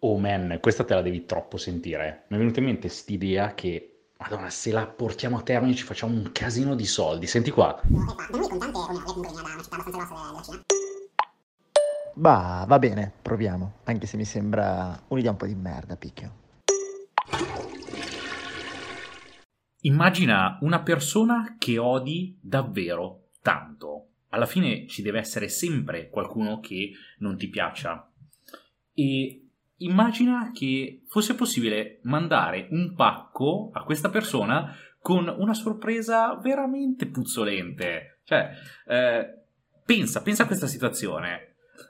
Oh man, questa te la devi troppo sentire. Mi è venuta in mente st'idea che, madonna, se la portiamo a termine ci facciamo un casino di soldi. Senti qua. Bah, va bene, proviamo. Anche se mi sembra un'idea un po' di merda, picchio. Immagina una persona che odi davvero tanto. Alla fine ci deve essere sempre qualcuno che non ti piaccia. E immagina che fosse possibile mandare un pacco a questa persona con una sorpresa veramente puzzolente. Cioè, eh, pensa, pensa a questa situazione.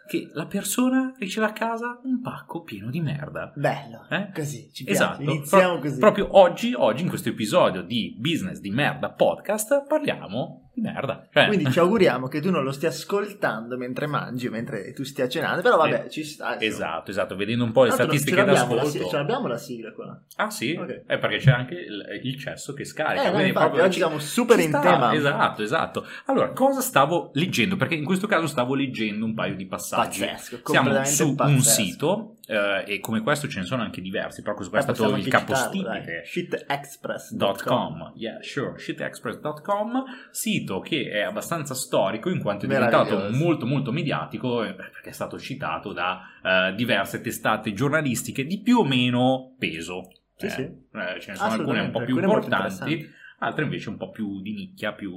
Che la persona riceve a casa un pacco pieno di merda. Bello. Eh? Così, ci piace. Esatto, Iniziamo pro- così. proprio oggi, oggi in questo episodio di Business di Merda Podcast parliamo di merda. Cioè, Quindi ci auguriamo che tu non lo stia ascoltando mentre mangi, mentre tu stia cenando, però vabbè, Eh, ci sta. insomma. esatto, esatto, vedendo un po' le Tanto non- statistiche ce l'abbiamo, la, d'ascolto. si- ce l'abbiamo la sigla qua. Ah sì? Ok. Eh, perché c'è anche il, il cesso che scarica. Eh, no, quindi infatti, proprio oggi ci- siamo super ci in sta, tema. Esatto, esatto. Allora, cosa stavo leggendo? Perché in questo caso stavo leggendo un paio di passaggi. Pazzesco, Siamo completamente su pazzesco. un sito eh, e come questo ce ne sono anche diversi, però questo qua è Eh, stato possiamo il anche citarlo, capostipite dai. shitexpress.com. shitexpress.com yeah sure shitexpress.com sito che è abbastanza storico in quanto è diventato Meraviglioso. molto molto mediatico eh, perché è stato citato da eh, diverse testate giornalistiche di più o meno peso Sì, Eh, sì. eh, ce ne sono alcune un po' più Assolutamente, alcune molto importanti interessanti. altre invece un po' più di nicchia più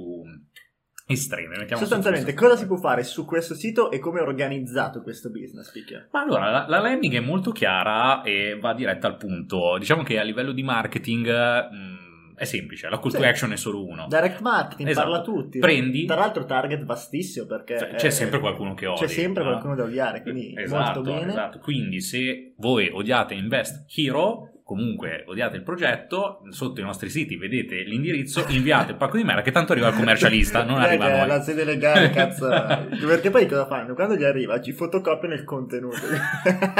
estreme mettiamo Sostanzialmente, sotto questo- cosa si può fare su questo sito e come è organizzato questo business, picchia? ma allora, la, la landing è molto chiara e va diretta al punto. Diciamo che a livello di marketing eh, mh, è semplice, la call to Sì. action è solo uno. Direct marketing, Esatto. parla a tutti. Prendi- Tra l'altro target vastissimo perché... Cioè, c'è eh, sempre qualcuno che odia. C'è sempre qualcuno da odiare, quindi esatto, molto bene. esatto. Quindi se voi odiate Invest Hero, comunque odiate il progetto, sotto i nostri siti vedete l'indirizzo, inviate il pacco di merda che tanto arriva al commercialista, non Eh, arriva che a La noi. sede legale, cazzo. Perché poi cosa fanno? Quando gli arriva ci fotocopiano il contenuto.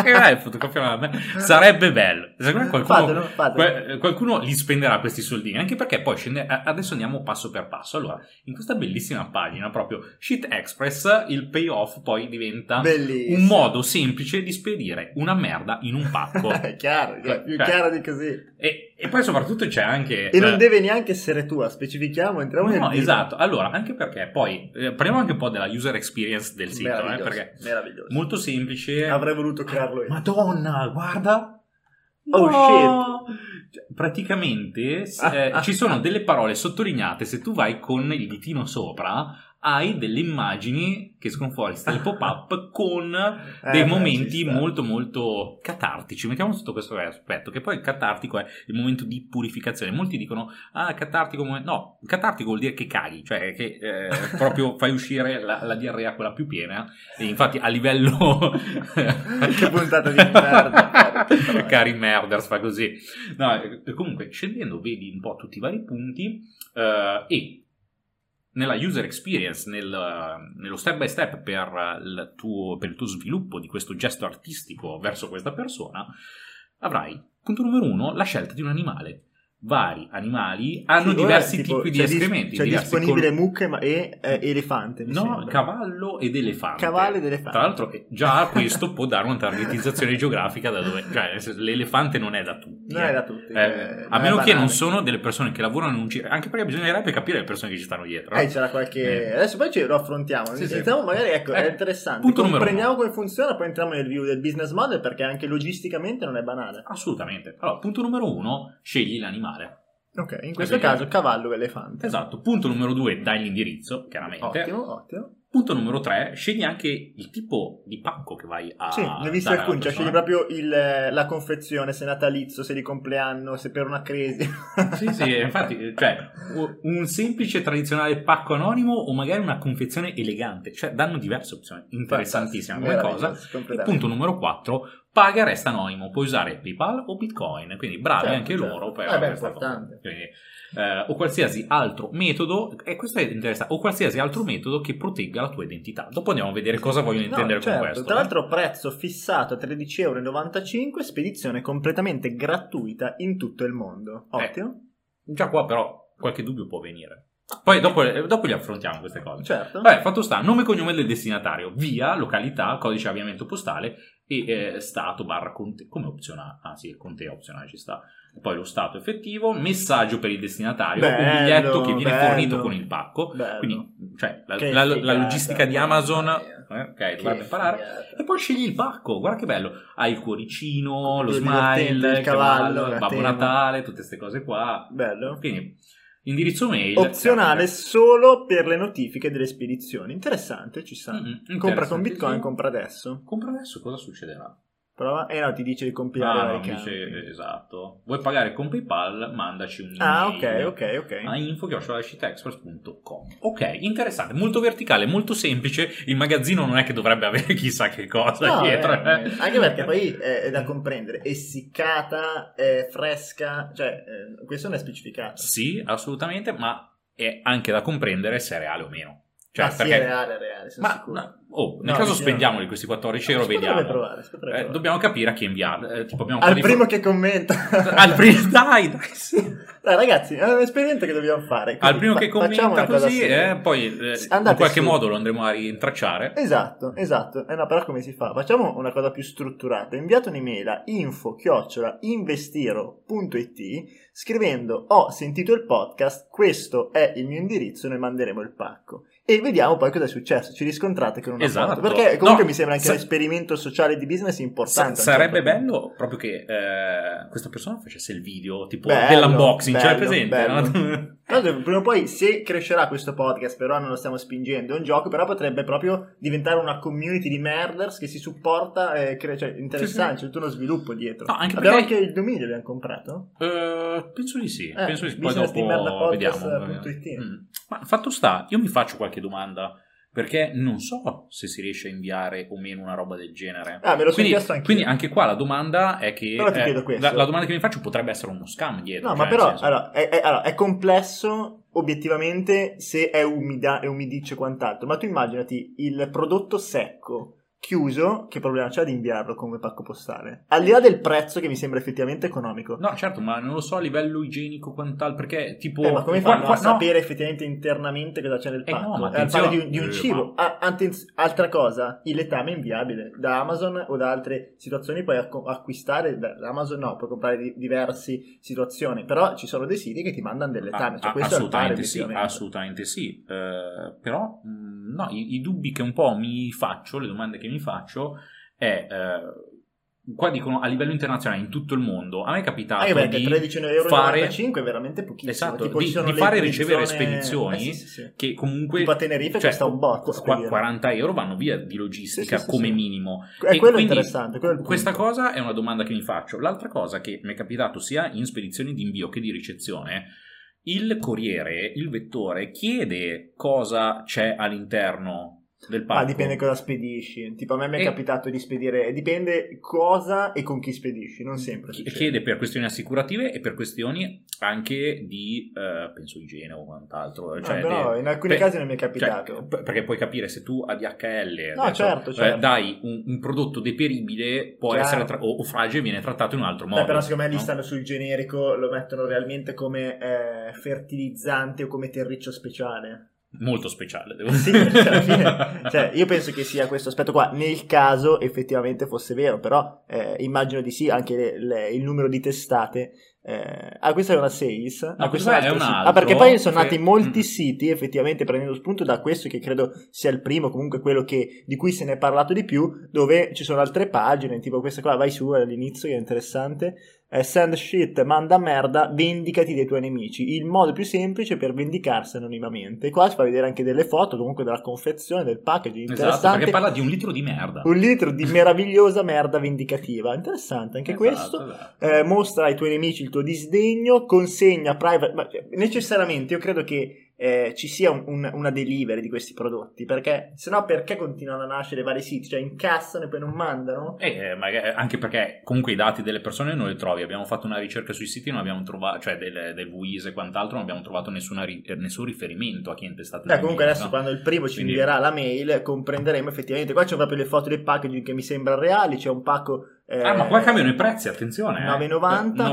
Eh, dai, fotocopiano la merda. Sarebbe bello. Secondo me qualcuno, Fatelo, fatelo. que- qualcuno li spenderà questi soldini, anche perché poi scende- a- adesso andiamo passo per passo. Allora, in questa bellissima pagina, proprio Shit Express, il payoff poi diventa Bellissimo. un modo semplice di spedire una merda in un pacco. È chiaro, cioè, più Cioè, chiaro di così. E, e poi soprattutto c'è anche... E non eh, deve neanche essere tua, specifichiamo, entriamo nel No, vivo. esatto. Allora, anche perché poi eh, parliamo anche un po' della user experience del sito, eh, Meraviglioso, perché è meraviglioso. molto semplice. Avrei voluto crearlo io. Madonna, guarda. Oh, shit. Praticamente s- Ah, eh, ah, ci sono delle parole sottolineate, se tu vai con il ditino sopra hai delle immagini che sconforista le pop-up con Eh, dei beh, momenti ci sta. molto molto catartici mettiamo sotto questo aspetto che poi il catartico è il momento di purificazione molti dicono ah catartico mo- no catartico vuol dire che caghi cioè che eh, proprio fai uscire la, la diarrea quella più piena e infatti a livello Che puntata di merda, porca. cari merders fa così no eh, comunque scendendo vedi un po' tutti i vari punti eh, e nella user experience, nel, eh, nello step by step per, eh, il tuo, per il tuo sviluppo di questo gesto artistico verso questa persona, avrai, punto numero uno, la scelta di un animale. Vari animali hanno Sì, ora, diversi tipo, tipi di c'è dis- escrementi. C'è diversi disponibile col- mucche ma- e eh, elefante, mi No, sembra. cavallo ed elefante. Cavallo ed elefante. Tra l'altro, eh, già questo può dare una targetizzazione geografica da dove. Cioè, nel senso, l'elefante non è da tutti. Non eh. è da tutti. Eh, a meno che non sono sono delle persone che lavorano in un circo, anche perché bisognerebbe capire le persone che ci stanno dietro. no? Eh, c'era qualche. Eh. Adesso poi ce lo affrontiamo. Sì, sì. Entriamo magari, ecco, Ecco, è interessante. punto numero Comprendiamo uno. come funziona, poi entriamo nel view del business model perché anche logisticamente non è banale. Assolutamente. Allora, punto numero uno, scegli l'animale. Ok, in questo Eh, perché- caso cavallo e elefante. Esatto. Punto numero due, dai l'indirizzo, chiaramente. Ottimo, ottimo. Punto numero tre, scegli anche il tipo di pacco che vai a sì, ne ho visto dare alla alcuni, cioè persona. scegli proprio il- eh, la confezione, se natalizio, se di compleanno, se per una crisi. Sì, sì, infatti, cioè, u- un semplice tradizionale pacco anonimo o magari una confezione elegante, cioè danno diverse opzioni, interessantissima come cosa. Meraviglioso, E completamente. punto numero 4, paga resta anonimo, puoi usare PayPal o Bitcoin, quindi bravi Certo, anche certo. loro per Eh beh, questa cosa. importante. Quindi, eh, o qualsiasi altro metodo, e questo è interessante, o qualsiasi altro metodo che protegga la tua identità. Dopo andiamo a vedere cosa vogliono No, intendere certo. con questo. eh. Tra l'altro prezzo fissato a 13,95€, spedizione completamente gratuita in tutto il mondo. Eh. Ottimo. già qua però qualche dubbio può venire. Poi dopo, eh, dopo li affrontiamo queste cose. Certo. Vabbè, fatto sta, nome e cognome del destinatario, via, località, codice avviamento postale e eh, stato barra conte, come opzionale, ah sì, conte opzionale ci sta. Poi lo stato effettivo, messaggio per il destinatario, Bello, un biglietto che viene bello. fornito con il pacco. Bello. Quindi, cioè, la, Che la- la figata, logistica di mamma Amazon, mia. eh, ok, Che dovrebbe imparare. figata. E poi scegli il pacco, guarda che bello. Hai il cuoricino, lo Quello divertente, smile, il cavallo, la Babbo tema. Natale, tutte queste cose qua. Bello. Quindi, indirizzo mail. cioè, Opzionale Sì. solo per le notifiche delle spedizioni. Interessante, ci sta. Mm, mm, Compra con interessante, Bitcoin, sì. compra adesso. Compra adesso, cosa succederà? Prova. Eh no, ti dice di compilare Ah, no, mi vari campi. dice, esatto. Vuoi pagare con PayPal? Mandaci un Ah, ok, ok, ok. a info.shitexpress.com Ok, interessante, molto verticale, molto semplice. Il magazzino non è che dovrebbe avere chissà che cosa No, dietro. eh, anche perché poi è, è da comprendere, è siccata, è fresca, cioè eh, questo non è specificato. Sì, assolutamente, ma è anche da comprendere se è reale o meno. Cioè, Ah, sì, perché- è reale, è reale, sono ma, sicuro. ma- oh, nel No, caso sì, spendiamoli no. questi 14 euro, Si potrebbe vediamo. provare, si potrebbe Eh, provare. dobbiamo capire a chi inviarli. Eh, tipo, abbiamo un Al po' di- primo che commenta. Al primo, dai, dai, sì. Dai, ragazzi, è un esperimento che dobbiamo fare. quindi Al primo fa- che facciamo commenta una cosa così, seria. eh, poi eh, Sì, in andate qualche su. modo lo andremo a rintracciare. Esatto, esatto. Eh no, però come si fa? Facciamo una cosa più strutturata. Inviate un'email a info-investiro.it scrivendo ho sentito il podcast, questo è il mio indirizzo, noi manderemo il pacco. E vediamo poi cosa è successo. Ci riscontrate con una Esatto. foto. Perché comunque No, mi sembra anche sa- un esperimento sociale di business Sa- importante. a un sarebbe certo punto. bello proprio che eh, questa persona facesse il video tipo Bello, dell'unboxing, cioè bello, presente. bello. no? Tra l'altro, prima o poi, se crescerà questo podcast, però non lo stiamo spingendo, è un gioco, però potrebbe proprio diventare una community di merders che si supporta, eh, cre- cioè, interessante, Sì, sì. c'è tutto uno sviluppo dietro. No, anche abbiamo perché- anche il dominio, abbiamo comprato? Eh, penso di sì, Eh, penso di sì. Poi business dopo di merda podcast, eh, vediamo. punto it. Mm. Ma fatto sta, io mi faccio qualche domanda perché non so se si riesce a inviare o meno una roba del genere. Ah, me lo sono Quindi, chiesto anche quindi anche qua la domanda è che Però ti eh, chiedo questo. la, la domanda che mi faccio potrebbe essere uno scam dietro. No, cioè, ma nel però senso- allora, è, è- allora, è complesso obiettivamente se è umida e umidice e quant'altro, ma tu immaginati il prodotto secco, chiuso, che problema c'è ad inviarlo come pacco postale? Al di là del prezzo che mi sembra effettivamente economico. No, certo, ma non lo so a livello igienico quant'altro, perché tipo... Eh, ma come qua- fanno qua- a no. sapere effettivamente internamente cosa c'è nel Eh, pacco? no, ma Eh, parlo di un, attenzione. di un Eh, cibo. Ah, attenz- altra cosa, il letame è inviabile da Amazon o da altre situazioni. Puoi acco- acquistare da da Amazon, no, puoi comprare di- diverse situazioni. Però ci sono dei siti che ti mandano del letame. Cioè, Ah, questo è il pari, assolutamente sì, obiettivamente. assolutamente sì. Eh, però mh, no, i, i dubbi che un po' mi faccio, le domande che mi faccio è eh, qua dicono a livello internazionale in tutto il mondo. A me è capitato Anche perché di 13,95 euro fare- è veramente pochissimo. Esatto, Tipo, di- ci sono di le fare e ricevere zone- spedizioni eh, sì, sì, sì. che comunque Tipo a Tenerife cioè, costa un botto. qu- spedire. 40 euro vanno via di logistica Sì, sì, sì, come sì. minimo. È E quello quindi interessante. quello è il Questa punto. cosa è una domanda che mi faccio. L'altra cosa che mi è capitato sia in spedizioni di invio che di ricezione, il corriere, il vettore, chiede cosa c'è all'interno del pacco. Ah, dipende cosa spedisci. Tipo, a me mi è E- capitato di spedire. Dipende cosa e con chi spedisci, non sempre. Chi- succede. Chiede per questioni assicurative e per questioni anche di, eh, penso, igiene o quant'altro. Ah, Cioè, però de- in alcuni pe- casi non mi è cioè, capitato. p- perché puoi capire se tu a DHL No, adesso, certo, eh, certo. dai un, un prodotto deperibile può Chiaro. essere tra- o, o fragile viene trattato in un altro modo. Beh, però secondo me lì no? stanno sul generico, lo mettono realmente come eh, fertilizzante o come terriccio speciale. molto speciale, devo Sì, dire. Esatto, cioè, alla fine- cioè, io penso che sia questo aspetto qua, nel caso effettivamente fosse vero, però eh, immagino di sì, anche le- le- il numero di testate. eh, ah, questa è una sales. ah, questo questa è altro un sito. altro Ah, perché poi sono che- nati molti Mm. siti, effettivamente prendendo spunto da questo che credo sia il primo, comunque quello che- di cui se ne è parlato di più, dove ci sono altre pagine, tipo questa qua, vai su all'inizio che è interessante. Eh, send shit, manda merda, vendicati dei tuoi nemici. Il modo più semplice per vendicarsi anonimamente. Qua si fa vedere anche delle foto, comunque della confezione, del packaging. Esatto, Interessante. perché parla di un litro di merda. Un litro di meravigliosa merda vendicativa. Interessante anche Esatto, questo. esatto. Eh, mostra ai tuoi nemici il tuo disdegno, consegna private. ma, cioè, necessariamente io credo che eh, ci sia un- un- una delivery di questi prodotti, perché sennò perché continuano a nascere vari siti? Cioè incassano e poi non mandano? Eh, ma eh, anche perché comunque i dati delle persone non li trovi. Abbiamo fatto una ricerca sui siti, non abbiamo trovato, cioè del, del WIS e quant'altro, non abbiamo trovato nessuna ri- eh, nessun riferimento a chi è intestato. Beh, comunque il adesso nemico, no? quando il primo ci Quindi- invierà la mail comprenderemo effettivamente. Qua c'è proprio le foto del packaging che mi sembra reali, c'è un pacco Eh, Ah, ma qua cambiano i prezzi, attenzione. eh. 9,90, 9,90,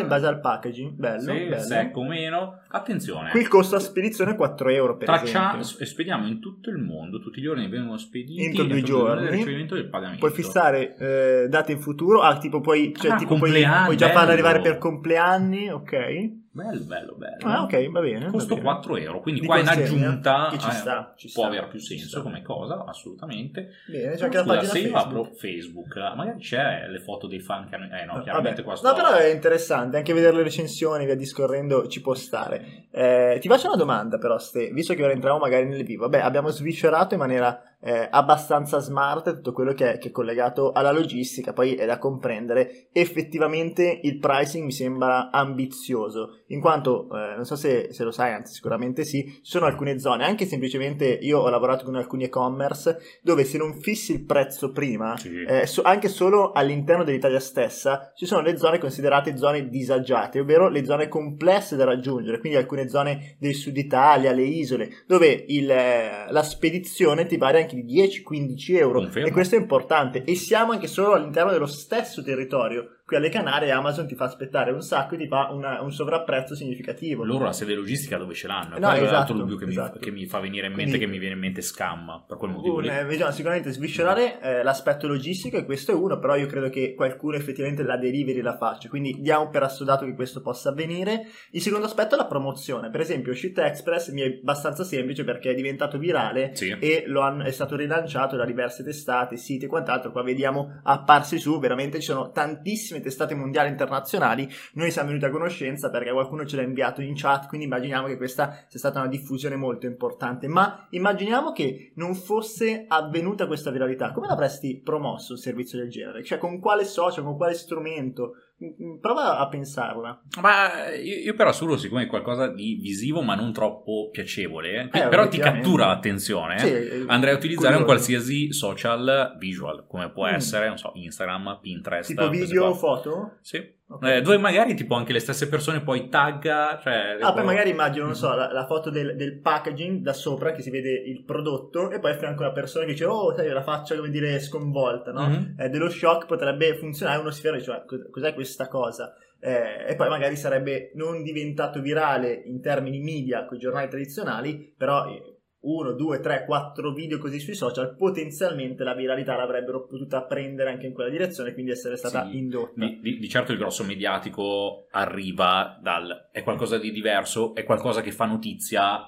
11,90 in base al packaging. Bello, sì, ecco. bello. secco o meno. Attenzione. Qui il costo a spedizione è 4 euro per Traccia, esempio. e spediamo in tutto il mondo, tutti i giorni vengono spediti Entro due entro giorni. del ricevimento del pagamento. Puoi fissare eh, date in futuro, ah, tipo puoi, cioè, Ah, tipo puoi, compleanno, puoi già farla bello. arrivare per compleanni, ok? Bello, bello, bello. Ah, ok, va bene. va Costo bene. 4 euro, quindi Di qua in consegna, aggiunta che ci eh, sta, ci può sta, avere più ci senso sta. come cosa, assolutamente. Bene, c'è anche la Scusa, pagina se io Facebook. apro Facebook, magari c'è le foto dei fan che hanno... Eh no, Vabbè. chiaramente qua sto... No, però è interessante, anche vedere le recensioni, via discorrendo, ci può stare. Eh, ti faccio una domanda però, Ste, visto che ora entriamo magari nel vivo. Beh, abbiamo sviscerato in maniera eh, abbastanza smart tutto quello che è, che è collegato alla logistica, poi è da comprendere. Effettivamente il pricing mi sembra ambizioso, in quanto, eh, non so se, se lo sai, anzi sicuramente sì, ci sono alcune zone, anche semplicemente io ho lavorato con alcuni e-commerce, dove se non fissi il prezzo prima... Sì. Eh, so- anche solo all'interno dell'Italia stessa ci sono le zone considerate zone disagiate, ovvero le zone complesse da raggiungere, quindi alcune zone del sud Italia, le isole, dove il, eh, la spedizione ti varia anche di 10-15 euro Confermo. e questo è importante. E siamo anche solo all'interno dello stesso territorio. Qui alle Canarie Amazon ti fa aspettare un sacco e ti fa una- un sovrapprezzo significativo. Loro la sede logistica dove ce l'hanno? No, Quello è esatto, l'altro dubbio che, mi- esatto. che mi, fa venire in mente, Quindi- che mi viene in mente Scam, per quel motivo Un- lì. eh, bisogna sicuramente sviscerare eh, l'aspetto logistico e questo è uno, però io credo che qualcuno effettivamente la delivery la faccia, quindi diamo per assodato che questo possa avvenire. Il secondo aspetto è la promozione, per esempio Shitta Express mi è abbastanza semplice perché è diventato virale Sì. e lo hanno- è stato rilanciato da diverse testate, siti e quant'altro, qua vediamo apparsi su, veramente ci sono tantissime testate mondiali internazionali, noi siamo venuti a conoscenza perché qualcuno ce l'ha inviato in chat, quindi immaginiamo che questa sia stata una diffusione molto importante, ma immaginiamo che non fosse avvenuta questa viralità, come l'avresti promosso un servizio del genere? Cioè con quale social, con quale strumento? Mm, mm, Prova a pensarla. Ma eh, io, io però solo siccome è qualcosa di visivo ma non troppo piacevole, eh, quindi- Eh, però ti effettivamente. cattura l'attenzione, Sì, eh, andrei a utilizzare un curioso. qualsiasi social visual, come può Mm. essere, non so, Instagram, Pinterest. Tipo queste video o qua. foto? Sì. Ok. Eh, dove magari tipo anche le stesse persone poi tagga, cioè... Ah, poi magari immagino, non so, la, la foto del, del packaging da sopra che si vede il prodotto e poi a fianco la persona che dice, oh, sai, la faccia, come dire, sconvolta, no? Mhm. eh, dello shock potrebbe funzionare uno sfero cioè cos- cos'è questa cosa Eh, e poi magari sarebbe non diventato virale in termini media con i giornali tradizionali però eh, uno, due, tre, quattro video così sui social potenzialmente la viralità l'avrebbero potuta prendere anche in quella direzione quindi essere stata Sì. indotta Di, di- di certo il grosso mediatico arriva dal... è qualcosa di diverso, è qualcosa che fa notizia,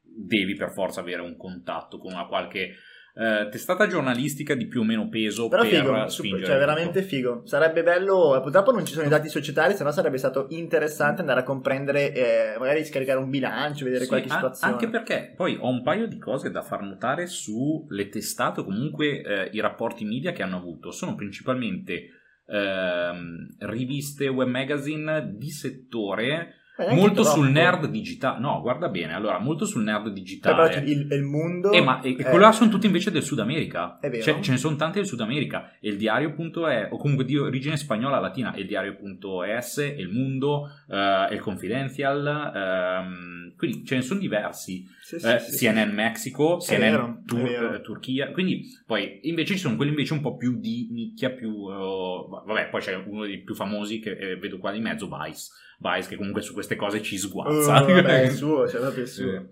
devi per forza avere un contatto con una qualche eh, testata giornalistica di più o meno peso però per figo, super, spingere. cioè il veramente figo. Sarebbe bello, eh, purtroppo non ci sono i dati societari, sennò sarebbe stato interessante andare a comprendere, eh, magari scaricare un bilancio, vedere Mm. Sì, qualche an- situazione. Anche perché poi ho un paio di cose da far notare sulle testate o comunque eh, i rapporti media che hanno avuto. Sono principalmente ehm, riviste, web magazine di settore, Eh, neanche molto troppo. sul nerd digitale. No, guarda bene, allora, molto sul nerd Tra l'altro digitale. cioè, il, il mondo... Eh, ma e, e eh, quello là sono tutti invece del Sud America. È vero. Cioè, ce ne sono tanti del Sud America. E il diario.e, o comunque di origine spagnola latina, e il diario.es, e il Mundo, eh, e il Confidential. ehm, quindi ce ne sono diversi. Sì, sì, Eh, sì, sì. CNN Mexico, CNN vero, Tur- è vero. eh, Turchia. Quindi poi invece ci sono quelli invece un po' più di nicchia, più... eh, vabbè, poi c'è uno dei più famosi che eh, vedo qua di mezzo, Vice. Vice che comunque su queste cose ci Oh, sguazza. vabbè, il suo, cioè, proprio il Sì. suo.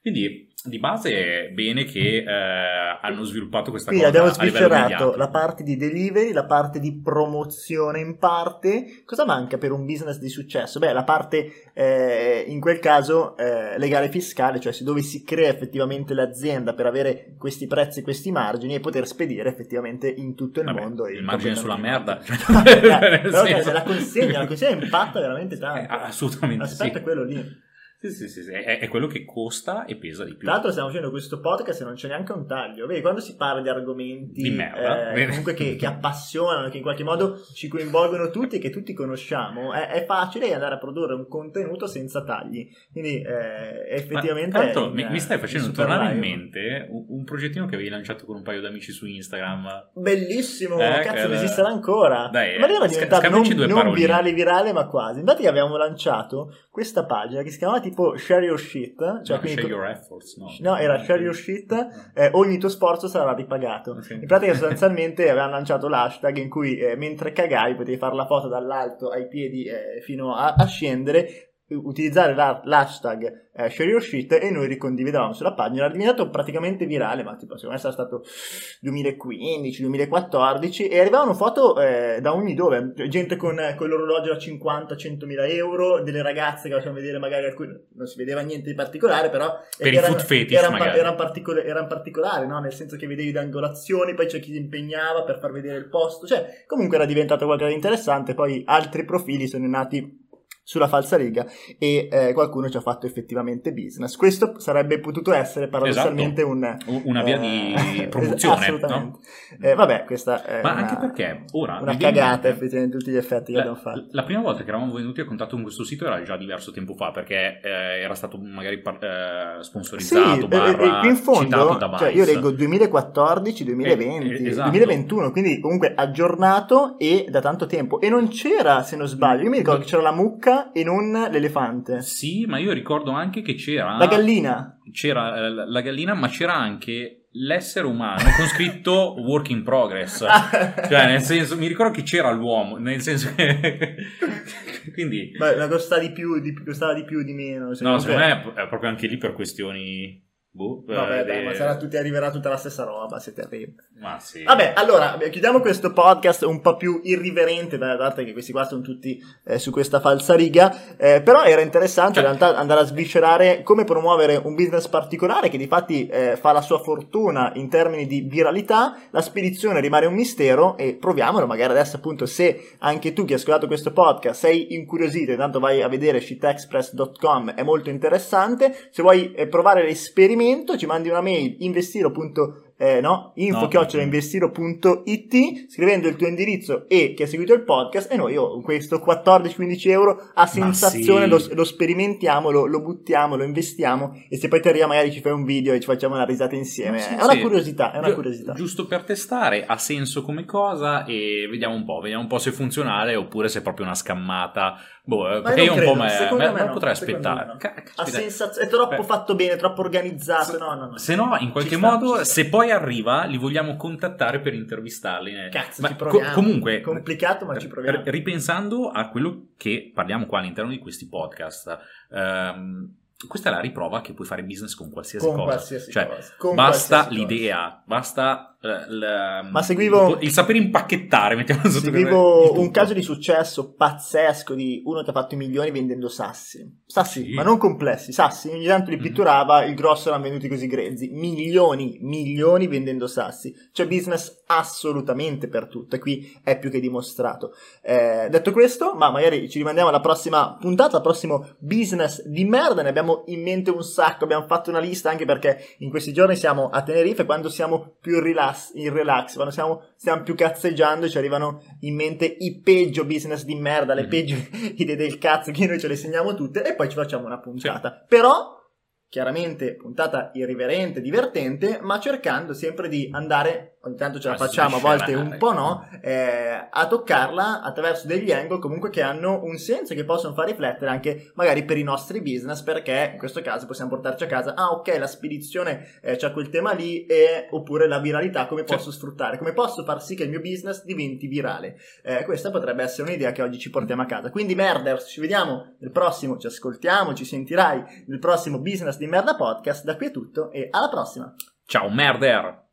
Quindi di base è bene che eh, hanno sviluppato questa Quindi cosa abbiamo a livello sviscerato mediatico. la parte di delivery, la parte di promozione in parte. Cosa manca per un business di successo? Beh, la parte eh, in quel caso eh, legale fiscale, cioè se- dove si crea effettivamente l'azienda per avere questi prezzi, questi margini e poter spedire effettivamente in tutto il Vabbè, mondo. e il margine sulla merda. Eh, Nel però, senso- cioè, la consegna, la consegna impatta veramente tanto. Eh, assolutamente sì. Aspetta quello lì. Sì, sì, sì, sì. È, è quello che costa e pesa di più. Tra l'altro stiamo facendo questo podcast e non c'è neanche un taglio. Vedi, quando si parla di argomenti Di merda. eh, comunque che, che appassionano, che in qualche modo ci coinvolgono tutti e che tutti conosciamo, è, è facile andare a produrre un contenuto senza tagli. Quindi eh, Ma, effettivamente... tra l'altro, è mi, in- eh, mi stai facendo super tornare in live. mente un, un progettino che avevi lanciato con un paio di amici su Instagram. Bellissimo, Eh, cazzo, quella- non esisterà ancora. Dai, eh, ma era sca- diventato non, scambiaci due non paroline. virale virale, ma quasi. Infatti abbiamo lanciato questa pagina che si chiamava tipo tipo share your shit, cioè No, quindi share co- your efforts, no. No, era share your shit, eh, ogni tuo sforzo sarà ripagato. Ok. In pratica sostanzialmente avevano lanciato l'hashtag in cui eh, mentre cagavi potevi fare la foto dall'alto ai piedi eh, fino a, a scendere, u- utilizzare la- l'hashtag eh, share your shit e noi ricondividevamo sulla pagina. Era diventato praticamente virale, ma tipo secondo me sarà stato 2015-2014 e arrivavano foto eh, da ogni dove, gente con, eh, con l'orologio a 50-100.000 euro, delle ragazze che facevano vedere magari alcune, non si vedeva niente di particolare però Per i erano- food fetish, erano, magari. erano particol- erano particolari, no? nel senso che vedevi le angolazioni, poi c'è chi si impegnava per far vedere il posto, cioè comunque era diventato qualcosa di interessante, poi altri profili sono nati sulla falsa riga e eh, qualcuno ci ha fatto effettivamente business. Questo sarebbe potuto essere paradossalmente un... U- Esatto. Una via di eh, promozione, no? assolutamente. Eh, vabbè, questa è Ma una, anche perché ora... una mi viene in cagata mente- effettivamente tutti gli effetti che La, abbiamo fatto. la prima volta che eravamo venuti a contatto con questo sito era già diverso tempo fa perché eh, era stato magari par- eh, sponsorizzato, Sì, e- e barra, qui in fondo, citato da cioè, Vice. io leggo 2014, 2020, Eh, eh, esatto. 2021, quindi comunque aggiornato e da tanto tempo. E non c'era, se non sbaglio, io mi ricordo che c'era la mucca e non l'elefante. Sì, ma io ricordo anche che c'era La gallina. c'era eh, la gallina, ma c'era anche l'essere umano con scritto work in progress. Ah. Cioè, nel senso, mi ricordo che c'era l'uomo, nel senso che... Quindi, Ma la costa di più, di, costava di più, di meno. se no, comunque- secondo me è proprio anche lì per questioni... Boh, Vabbè, eh, dai, ma de- sarà tutti, arriverà tutta la stessa roba se ti arriva. Ma sì. Vabbè, allora beh, chiudiamo questo podcast un po' più irriverente, dalla parte che questi qua sono tutti eh, su questa falsa riga. eh, però era interessante Cioè- in realtà andare a sviscerare come promuovere un business particolare che di fatti eh, fa la sua fortuna in termini di viralità. La spedizione rimane un mistero e proviamolo magari adesso appunto se anche tu che hai ascoltato questo podcast sei incuriosito, intanto vai a vedere shitexpress.com, è molto interessante. Se vuoi eh, provare l'esperimento ci mandi una mail investiro.it eh, no, info No. chiocciolainvestiro.it scrivendo il tuo indirizzo e chi ha seguito il podcast e noi oh, questo 14-15 euro a sensazione sì. lo, lo sperimentiamo, lo, lo buttiamo, lo investiamo e se poi ti arriva magari ci fai un video e ci facciamo una risata insieme. Sì, è una sì. curiosità, è una Gi- curiosità. Giusto per testare, ha senso come cosa e vediamo un po', vediamo un po' se è funzionale oppure se è proprio una scammata. Boh, eh, perché non io un credo, po' me, secondo me- me me no, potrei secondo aspettare. me no. Ca- Ha caspita. sensaz- è troppo Beh. fatto bene, troppo organizzato. No, no, no. Se no, in qualche Ci sta, modo, ci sta. se poi arriva, li vogliamo contattare per intervistarli. eh. Cazzo, Ma ci co- proviamo. comunque, complicato, ma ci proviamo. r- ripensando a quello che parliamo qua all'interno di questi podcast, ehm, questa è la riprova che puoi fare business con qualsiasi Con cosa. qualsiasi Cioè, cosa. Con basta qualsiasi cosa. l'idea, basta eh, l- Ma seguivo- il, il sapere impacchettare. Mettiamo sotto Seguivo un caso di successo pazzesco di uno che ha fatto i milioni vendendo sassi. Sassi, Sì. ma non complessi, sassi. Ogni tanto li Mhm. pitturava, il grosso erano venduti così grezzi. Milioni, milioni vendendo sassi. C'è business assolutamente per tutto e qui è più che dimostrato. Eh, detto questo, ma magari ci rimandiamo alla prossima puntata, al prossimo business di merda. Ne abbiamo in mente un sacco, abbiamo fatto una lista anche perché in questi giorni siamo a Tenerife quando siamo più in relax, in relax, quando siamo, stiamo più cazzeggiando ci arrivano in mente i peggio business di merda, le Mhm. peggio idee del cazzo che noi ce le segniamo tutte e poi ci facciamo una puntata. Però chiaramente puntata irriverente, divertente, ma cercando sempre di andare, ogni tanto ce la A facciamo, a volte un sviscerare. po' no, eh, a toccarla attraverso degli angle comunque che hanno un senso e che possono far riflettere anche magari per i nostri business, perché in questo caso possiamo portarci a casa, ah ok, la spedizione eh, c'ha quel tema lì, e, oppure la viralità, come Sì. posso sfruttare, come posso far sì che il mio business diventi virale. Eh, questa potrebbe essere un'idea che oggi ci portiamo a casa. Quindi, Merders, ci vediamo nel prossimo, ci ascoltiamo, ci sentirai nel prossimo Business di Merda Podcast. Da qui è tutto e alla prossima! Ciao, merder.